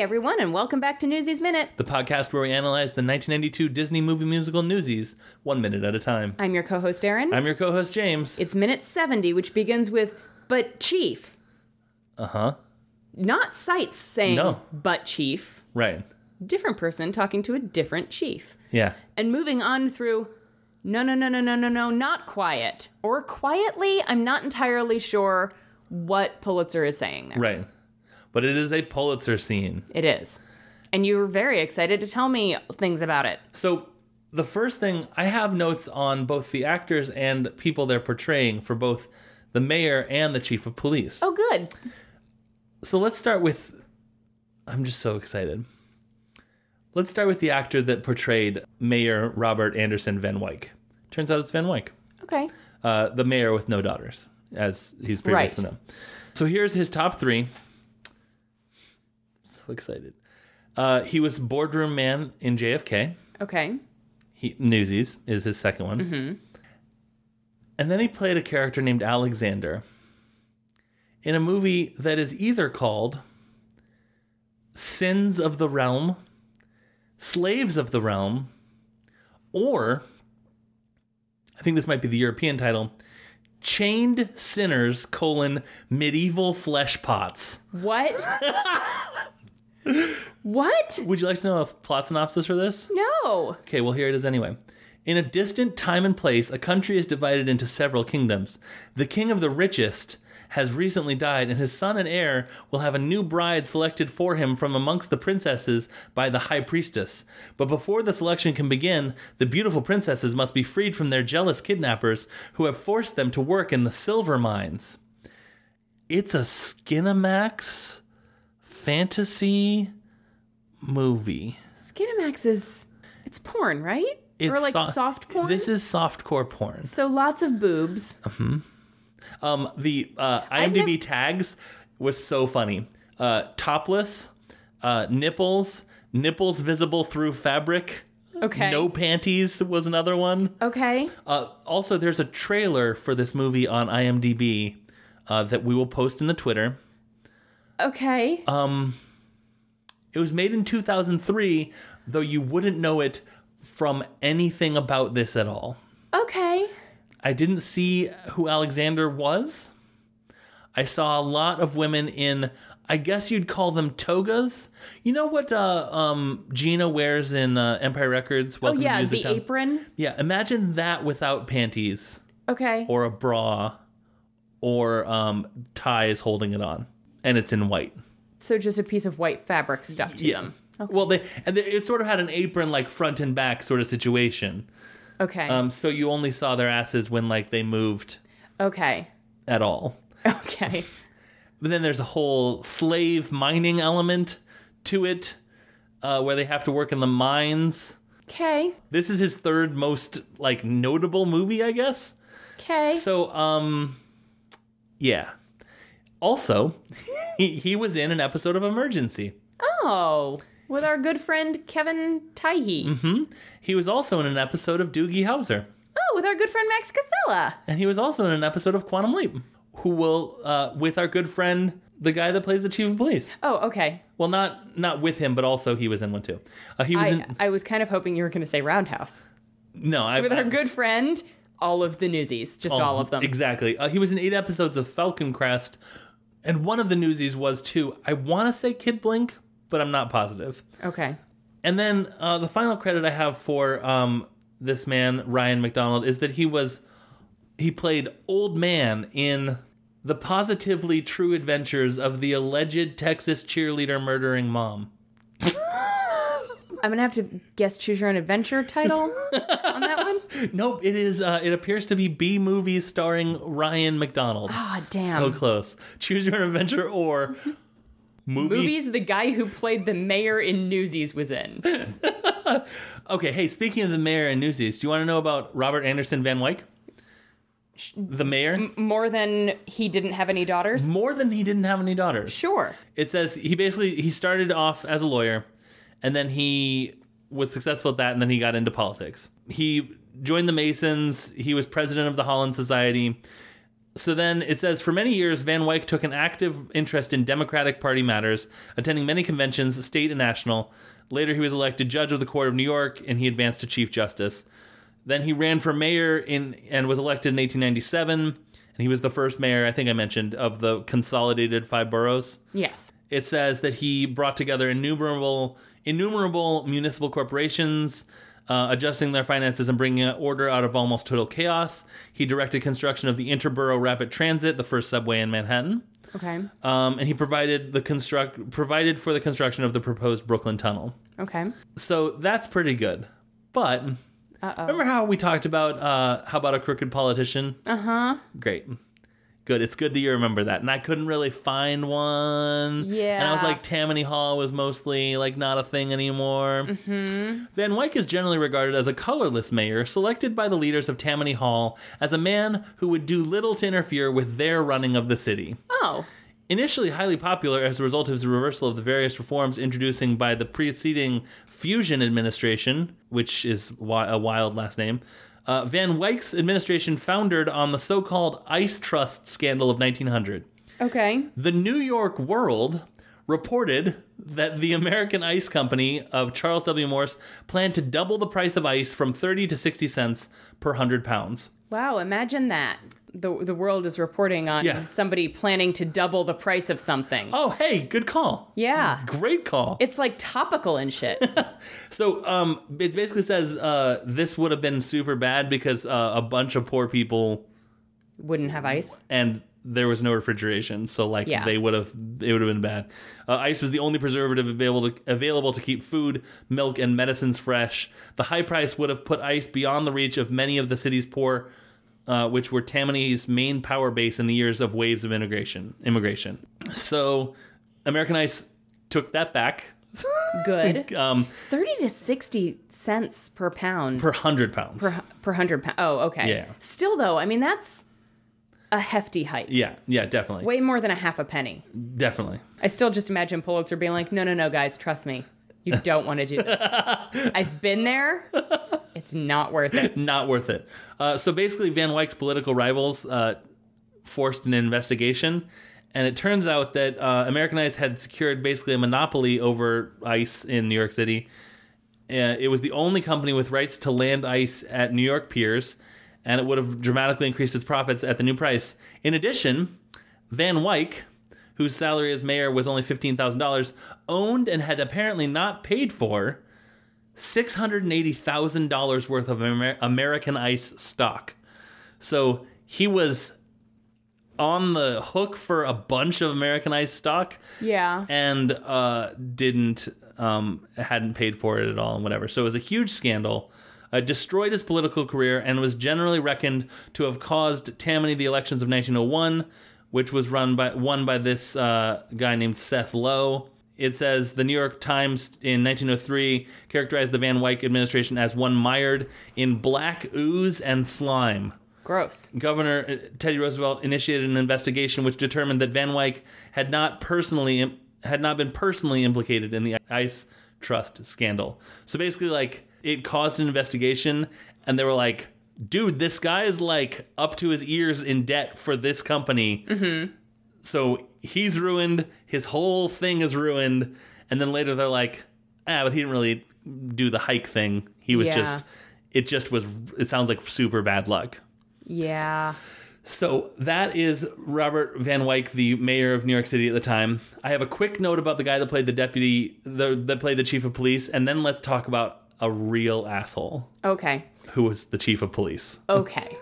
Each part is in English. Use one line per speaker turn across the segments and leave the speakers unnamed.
everyone, and welcome back to Newsies Minute.
the podcast where we analyze the 1992 Disney movie musical Newsies one minute at a time.
I'm your co host, Erin.
I'm your co host, James.
It's minute 70, which begins with, but chief.
Uh huh.
Not sites saying,
No.
but chief.
Right.
Different person talking to a different chief.
Yeah.
And moving on through, no, no, no, no, no, no, no, not quiet. Or quietly, I'm not entirely sure what Pulitzer is saying there.
Right. But it is a Pulitzer scene.
It is. And you were very excited to tell me things about it.
So the first thing I have notes on both the actors and people they're portraying for both the mayor and the chief of police.
Oh, good.
So let's start with. I'm just so excited. Let's start with the actor that portrayed Mayor Robert Anderson Van Wyck. Turns out it's Van Wyck.
Okay.
uh, the mayor with no daughters, as he's previously
Right.
known. So here's his top three. So excited. Uh, he was boardroom man in JFK.
Okay.
He, Newsies is his second one. And then he played a character named Alexander in a movie that is either called Sins of the Realm, Slaves of the Realm, or I think this might be the European title, Chained Sinners, colon, Medieval Flesh Pots.
What? what?
Would you like to know a plot synopsis for this?
No.
Okay, well, here it is anyway. In a distant time and place, a country is divided into several kingdoms. The king of the richest has recently died, and his son and heir will have a new bride selected for him from amongst the princesses by the high priestess. But before the selection can begin, the beautiful princesses must be freed from their jealous kidnappers who have forced them to work in the silver mines. It's a Skinamax fantasy movie.
Skinamax is it's porn, right? or
It's
like
so-
soft porn.
This is softcore porn.
so lots of boobs.
Um, the uh, IMDb tags was so funny. Uh, topless, uh, nipples, nipples visible through fabric.
Okay.
No panties was another one.
Okay.
Uh, also, there's a trailer for this movie on IMDb uh, that we will post in the Twitter.
Okay.
Uh, It was made in 2003, though you wouldn't know it from anything about this at all.
okay.
I didn't see who Alexander was. I saw a lot of women in, I guess you'd call them togas. You know what uh, um, Gina wears in uh, Empire Records?
Oh
Welcome to
yeah, the
Music Town.
apron.
Yeah, imagine that without panties
Okay.
or a bra or um, ties holding it on, and it's in white.
so just a piece of white fabric stuck to them.
Well, they and they, it sort of had an apron like front and back sort of situation.
Okay.
Um, so you only saw their asses when like they moved
okay.
at all.
Okay.
But then there's a whole slave mining element to it, uh, where they have to work in the mines.
Okay.
This is his third most like notable movie, I guess.
Okay.
So, um, yeah. Also, he, he was in an episode of Emergency.
oh, with our good friend Kevin Taihi.
Mm-hmm. He was also in an episode of Doogie Howser,
Oh, with our good friend Max Casella.
and he was also in an episode of Quantum Leap. Who will, uh, with our good friend, the guy that plays the chief of police?
Oh, okay.
Well, not not with him, but also he was in one too. Uh, he was
I,
in
I was kind of hoping you were going to say Roundhouse
no, I,
with
I,
our good friend. All of the newsies, just all of them.
Exactly. Uh, he was in eight episodes of Falcon Crest, and one of the newsies was too. I want to say Kid Blink, but I'm not positive.
okay.
And then uh, the final credit I have for um, this man Ryan McDonald is that he was he played old man in the positively true adventures of the alleged Texas cheerleader murdering mom.
I'm gonna have to guess choose your own adventure title on that one.
Nope, it is. Uh, it appears to be B movies starring Ryan McDonald.
Ah, damn.
So close. Choose your own adventure or movie
Movies the guy who played the mayor in Newsies was in.
Okay, hey, speaking of the mayor and Newsies, do you want to know about Robert Anderson Van Wyck? The mayor?
More than he didn't have any daughters.
More than he didn't have any daughters.
Sure.
It says he basically he started off as a lawyer and then he was successful at that and then he got into politics. He joined the Masons, he was president of the Holland Society. So then it says for many years, Van Wyck took an active interest in Democratic Party matters, attending many conventions, state and national. Later, he was elected judge of the Court of New York, and he advanced to Chief Justice. Then he ran for mayor in and was elected in 1897, and he was the first mayor I think I mentioned of the consolidated five boroughs
Yes.
it says that he brought together innumerable innumerable municipal corporations uh, adjusting their finances and bringing order out of almost total chaos he directed construction of the interborough rapid transit the first subway in manhattan
Okay.
um, and he provided the construct provided for the construction of the proposed brooklyn tunnel
Okay.
so that's pretty good but
Uh oh.
remember how we talked about uh, how about a crooked politician
Uh huh.
Great. Good. It's good that you remember that. And I couldn't really find one. And I was
Yeah.
like, Tammany Hall was mostly like not a thing anymore. Mm-hmm. Van Wyck is generally regarded as a colorless mayor, selected by the leaders of Tammany Hall as a man who would do little to interfere with their running of the city.
Oh.
Initially highly popular as a result of his reversal of the various reforms introducing by the preceding Fusion administration, which is wi- a wild last name, uh, Van Wyck's administration foundered on the so called Ice Trust scandal of 1900.
Okay.
The New York World reported that the American Ice Company of Charles W. Morse planned to double the price of ice from 30 to 60 cents per 100 pounds.
Wow. Imagine that. The, the world is reporting on
Yeah.
somebody planning to double the price of something.
Oh, hey, good call.
yeah.
Great call.
It's like topical and shit.
So um, it basically says uh, this would have been super bad because uh, a bunch of poor people
Wouldn't have ice.
and there was no refrigeration, so like
Yeah.
they would have it would have been bad. Uh, ice was the only preservative available to, available to keep food, milk, and medicines fresh. The high price would have put ice beyond the reach of many of the city's poor, uh, which were Tammany's main power base in the years of waves of integration immigration. So American Ice took that back.
Good.
Um,
30 to 60 cents per pound per,
per hundred pounds.
per 100 pounds. Oh, okay.
Yeah.
Still, though, I mean, that's a hefty hike.
yeah, yeah, definitely.
Way more than a half a penny.
Definitely.
I still just imagine Pulitzer being like, no, no, no, guys, trust me. You don't want to do this. I've been there. It's not worth it.
Not worth it. Uh, so basically, Van Wyck's political rivals uh, forced an investigation, and it turns out that uh, American Ice had secured basically a monopoly over ice in New York City. Uh, it was the only company with rights to land ice at New York piers, and it would have dramatically increased its profits at the new price. In addition, Van Wyck, whose salary as mayor was only $15,000, owned and had apparently not paid for $680,000 worth of Amer- American Ice stock. So he was on the hook for a bunch of American Ice stock
Yeah.
and uh, didn't um, hadn't paid for it at all and whatever. So it was a huge scandal. Uh, destroyed his political career and was generally reckoned to have caused Tammany the elections of 1901, which was run by won by this uh, guy named Seth Lowe. It says the New York Times in 1903 characterized the Van Wyck administration as one mired in black ooze and slime.
Gross.
Governor uh, Teddy Roosevelt initiated an investigation which determined that Van Wyck had not personally had not been personally implicated in the ICE trust scandal. So basically like it caused an investigation and they were like, "Dude, this guy is like up to his ears in debt for this company." So he's ruined, his whole thing is ruined, and then later they're like, "Ah, but he didn't really do the hike thing. He was
Yeah.
just it just was it sounds like super bad luck."
Yeah.
So that is Robert Van Wyck, the mayor of New York City at the time. I have a quick note about the guy that played the deputy, the, that played the chief of police, and then let's talk about a real asshole
Okay.
who was the chief of police.
Okay.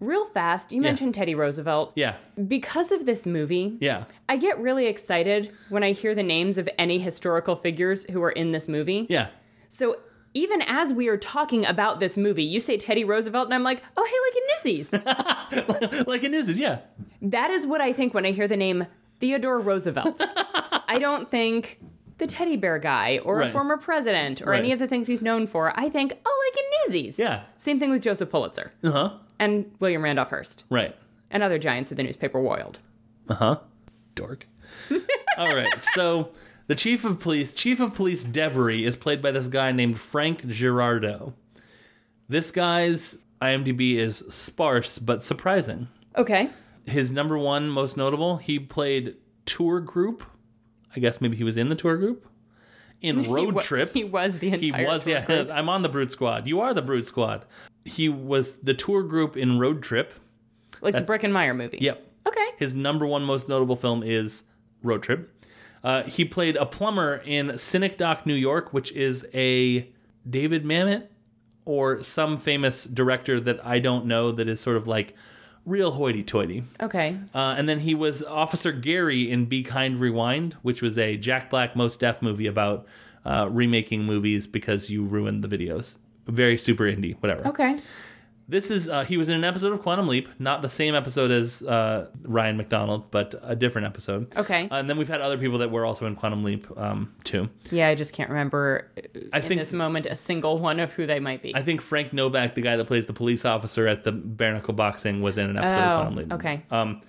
Real fast, you mentioned Teddy Roosevelt.
Yeah,
Because of this movie,
yeah,
I get really excited when I hear the names of any historical figures who are in this movie.
yeah.
So even as we are talking about this movie, you say Teddy Roosevelt, and I'm like, oh, hey, like in Newsies.
like it is, is yeah.
that is what I think when I hear the name Theodore Roosevelt. I don't think the teddy bear guy or
Right.
a former president or
Right.
any of the things he's known for. I think, oh, like in Newsies.
Yeah.
Same thing with Joseph Pulitzer
Uh huh.
and William Randolph Hearst
Right.
and other giants of the newspaper world.
Uh huh. Dork. All right. So the chief of police, chief of police Devery, is played by this guy named Frank Girardo. This guy's IMDb is sparse but surprising.
Okay.
His number one most notable, he played tour group. I guess maybe he was in the tour group. In
He
Road
wa-
Trip.
He was the
He
entire.
was,
tour
yeah.
group.
I'm on the Brute Squad. You are the Brute Squad. He was the tour group in Road Trip.
Like the Brick and Meyer movie.
Yep.
Okay.
His number one most notable film is Road Trip. Uh, he played a plumber in Cynic Dock, New York, which is a David Mamet or some famous director that I don't know that is sort of like real hoity toity.
Okay.
Uh, and then he was Officer Gary in Be Kind Rewind, which was a Jack Black Most Deaf movie about uh, remaking movies because you ruined the videos. Very super indie, whatever.
Okay.
This is uh, he was in an episode of Quantum Leap, not the same episode as uh, Ryan McDonald, but a different episode.
Okay.
And then we've had other people that were also in Quantum Leap um, too.
yeah, I just can't remember uh,
I
in
think
this moment a single one of who they might be.
I think Frank Novak, the guy that plays the police officer at the bare knuckle boxing, was in an episode
Oh,
of Quantum Leap.
okay.
Um,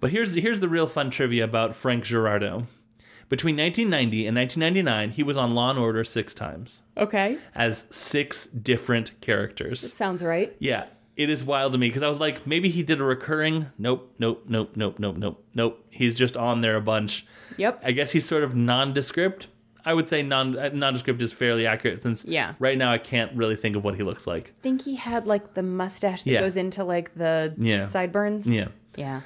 but here's here's the real fun trivia about Frank Gerardo. Between 1990 and 1999, he was on Law and Order six times
okay.
as six different characters.
Sounds right.
Yeah, it is wild to me because I was like, maybe he did a recurring. Nope, nope, nope, nope, nope, nope, nope. He's just on there a bunch.
Yep.
I guess he's sort of nondescript. I would say non uh, nondescript is fairly accurate since
Yeah.
right now I can't really think of what he looks like.
think he had like the mustache that
Yeah.
goes into like the
Yeah.
sideburns.
Yeah.
Yeah.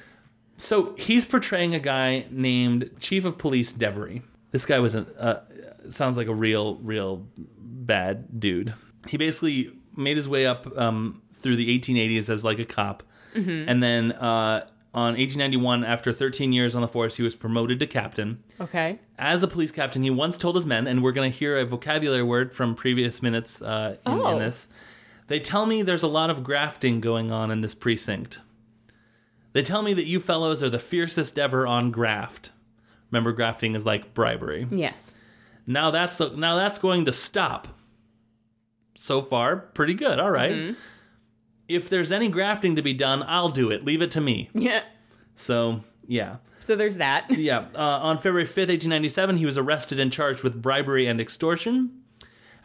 So he's portraying a guy named Chief of Police Devery. This guy was an uh, sounds like a real, real bad dude. He basically made his way up um, through the 1880s as like a cop, and then uh, on 1891, after 13 years on the force, he was promoted to captain.
Okay.
As a police captain, he once told his men, and we're going to hear a vocabulary word from previous minutes uh, in,
Oh.
in this. They tell me there's a lot of grafting going on in this precinct. They tell me that you fellows are the fiercest ever on graft. Remember, grafting is like bribery.
Yes.
Now that's now that's going to stop. So far, pretty good. All right. If there's any grafting to be done, I'll do it. Leave it to me.
Yeah.
So yeah.
So there's that.
Yeah. Uh, on February 5th, 1897, he was arrested and charged with bribery and extortion.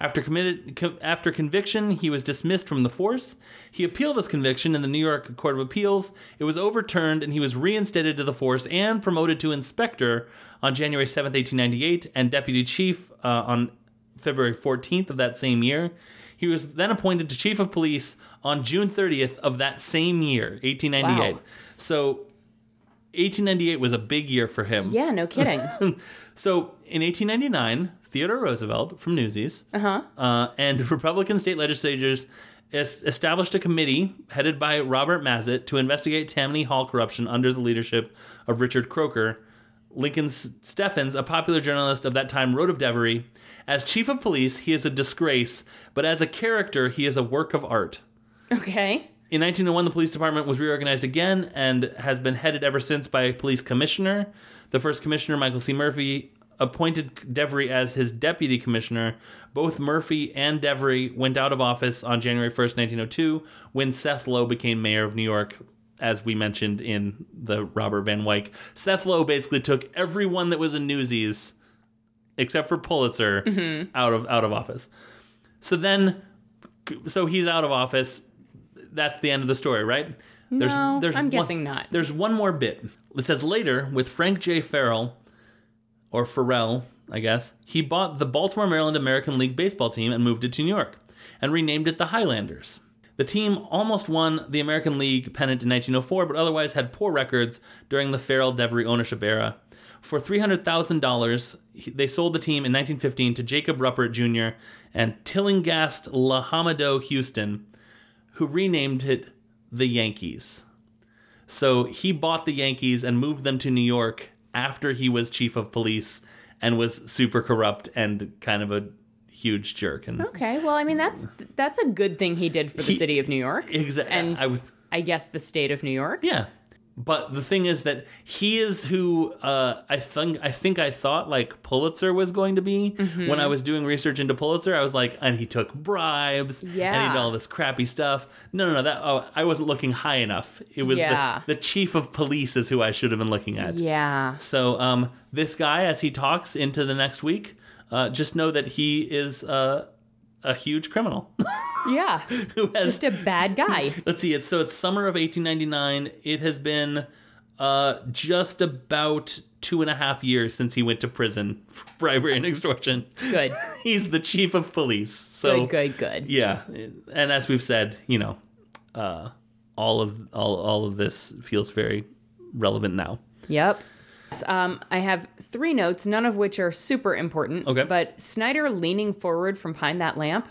After committed, co- after conviction, he was dismissed from the force. He appealed his conviction in the New York Court of Appeals. It was overturned, and he was reinstated to the force and promoted to inspector on January 7th, 1898, and deputy chief uh, on February 14th of that same year. He was then appointed to chief of police on June 30th of that same year, 1898.
Wow.
So, 1898 was a big year for him.
Yeah, no kidding.
So in 1899, Theodore Roosevelt from Newsies uh, and Republican state legislators es- established a committee headed by Robert Mazet to investigate Tammany Hall corruption under the leadership of Richard Croker. Lincoln S- Steffens, a popular journalist of that time, wrote of Devery, as chief of police, he is a disgrace, but as a character, he is a work of art.
okay.
In 1901, the police department was reorganized again and has been headed ever since by a police commissioner. The first commissioner, Michael C. Murphy, appointed Devery as his deputy commissioner. Both Murphy and Devery went out of office on January 1st, 1902, when Seth Low became mayor of New York, as we mentioned in the Robert Van Wyck. Seth Low basically took everyone that was in Newsies, except for Pulitzer,
Mm-hmm.
out of out of office. So then, so he's out of office that's the end of the story, right? There's,
No, I'm
one-
guessing not.
There's one more bit. It says later with Frank J. Farrell, or Farrell, I guess, he bought the Baltimore, Maryland American League baseball team and moved it to New York and renamed it the Highlanders. The team almost won the American League pennant in 1904, but otherwise had poor records during the Farrell Devery ownership era. For $300,000, he- they sold the team in 1915 to Jacob Ruppert Jr. and Tillinghast Lahamado Houston who renamed it the Yankees. So he bought the Yankees and moved them to New York after he was chief of police and was super corrupt and kind of a huge jerk. And
Okay. Well, I mean that's that's a good thing he did for the
He-
city of New York.
Exa-
And-
I was
I guess the state of New York.
yeah. But the thing is that he is who uh, I think I think I thought like Pulitzer was going to be
Mm-hmm.
when I was doing research into Pulitzer. I was like, and he took bribes, and
Yeah.
he did all this crappy stuff. No, no, no. That oh, I wasn't looking high enough. It was
Yeah.
the, the chief of police is who I should have been looking at.
Yeah.
So um, this guy, as he talks into the next week, uh, just know that he is uh, a huge criminal
Yeah.
who has
Just a bad guy.
Let's see. It's so it's summer of 1899. It has been uh, just about two and a half years since he went to prison for bribery and extortion.
Good.
He's the chief of police. So
Good, good, good.
yeah, and as we've said, you know, uh, all of all all of this feels very relevant now.
Yep. S- Um, I have three notes, none of which are super important.
Okay.
But Snyder leaning forward from behind that lamp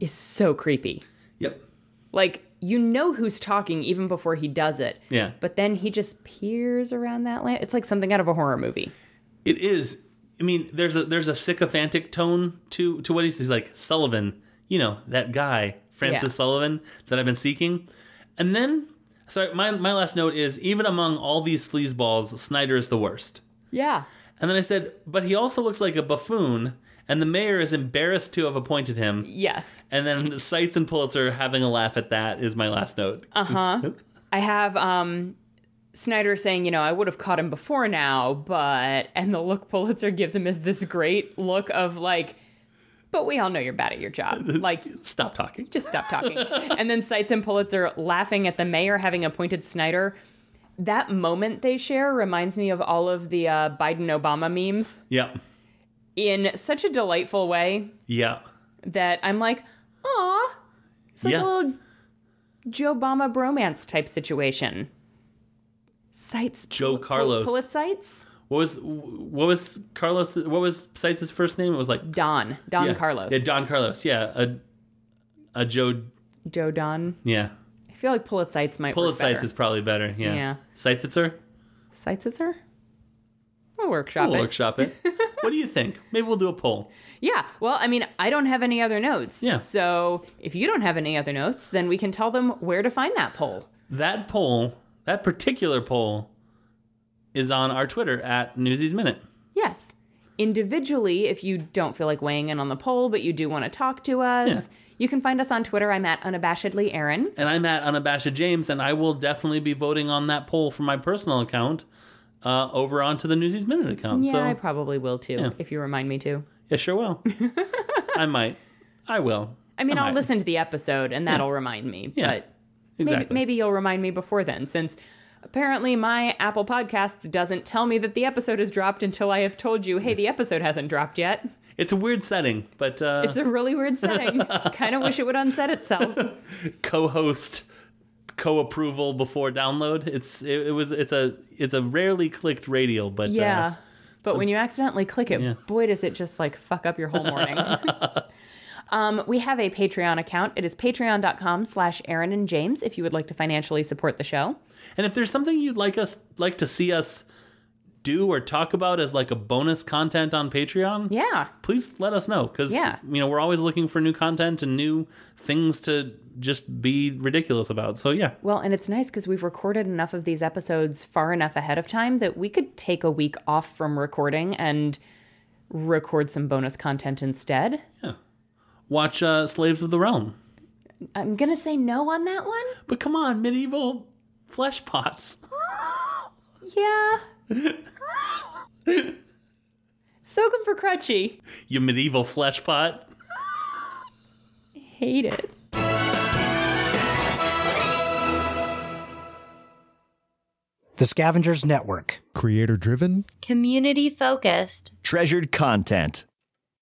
is so creepy.
Yep.
Like, you know who's talking even before he does it.
Yeah.
But then he just peers around that lamp. It's like something out of a horror movie.
It is. I mean, there's a there's a sycophantic tone to to what he's, he's like Sullivan. You know that guy Francis
Yeah.
Sullivan that I've been seeking, and then sorry, my my last note is even among all these sleazeballs, Snyder is the worst.
Yeah.
And then I said, but he also looks like a buffoon, and the mayor is embarrassed to have appointed him.
Yes.
And then Seitz and Pulitzer having a laugh at that is my last note.
I have um Snyder saying, you know, I would have caught him before now, but and the look Pulitzer gives him is this great look of like, but we all know you're bad at your job. Like
Stop talking.
just stop talking. and then Seitz and Pulitzer laughing at the mayor having appointed Snyder. That moment they share reminds me of all of the uh, Biden Obama memes
Yeah,
in such a delightful way
yeah,
that I'm like, aw. It's like
Yeah.
a little Joe Obama bromance type situation. Sites.
Joe Carlos.
Pulitzites?
What was what was Carlos? What was Seitz's first name? It was like
Don. Don
Yeah.
Carlos.
Yeah, Don Carlos. Yeah, a a Joe.
Joe Don.
Yeah,
I feel like Pulitzites might work
Pulitzer
better.
is probably better. Yeah,
Yeah.
Seitzitzer.
Sites is her? We'll workshop
We'll
it.
workshop it. what do you think? Maybe we'll do a poll.
Yeah. Well, I mean, I don't have any other notes.
Yeah.
So if you don't have any other notes, then we can tell them where to find that poll.
That poll, that particular poll, is on our Twitter at Newsies Minute.
Yes. Individually, if you don't feel like weighing in on the poll, but you do want to talk to us, you can find us on Twitter. I'm at unabashedly Aaron.
And I'm at Unabashed James, and I will definitely be voting on that poll for my personal account uh, over onto the Newsies Minute account.
Yeah,
so
I probably will too, if you remind me to.
yeah, sure will. I might. I will.
I mean,
I
I'll
might.
listen to the episode and that'll remind me,
Yeah,
but maybe,
Exactly.
maybe you'll remind me before then, since apparently my Apple Podcasts doesn't tell me that the episode is dropped until I have told you, hey, the episode hasn't dropped yet.
It's a weird setting, but uh,
It's a really weird setting. kind of wish it would unset itself.
co-host co-approval before download. It's it, it was it's a it's a rarely clicked radial, but
Yeah.
uh,
but when you accidentally click it, boy, does it just like fuck up your whole morning. um, we have a Patreon account. It is patreon.com slash Aaron and James if you would like to financially support the show.
and if there's something you'd like us like to see us do or talk about as like a bonus content on Patreon,
Yeah.
please let us know because
Yeah.
you know we're always looking for new content and new things to just be ridiculous about. So yeah,
Well, and it's nice because we've recorded enough of these episodes far enough ahead of time that we could take a week off from recording and record some bonus content instead.
watch uh, Slaves of the Realm.
I'm going to say no on that one.
But come on, medieval flesh pots.
Yeah. Soak 'em for Crutchy.
you medieval flesh pot.
Hate it.
The Scavengers Network.
Creator driven
Community focused.
Treasured content.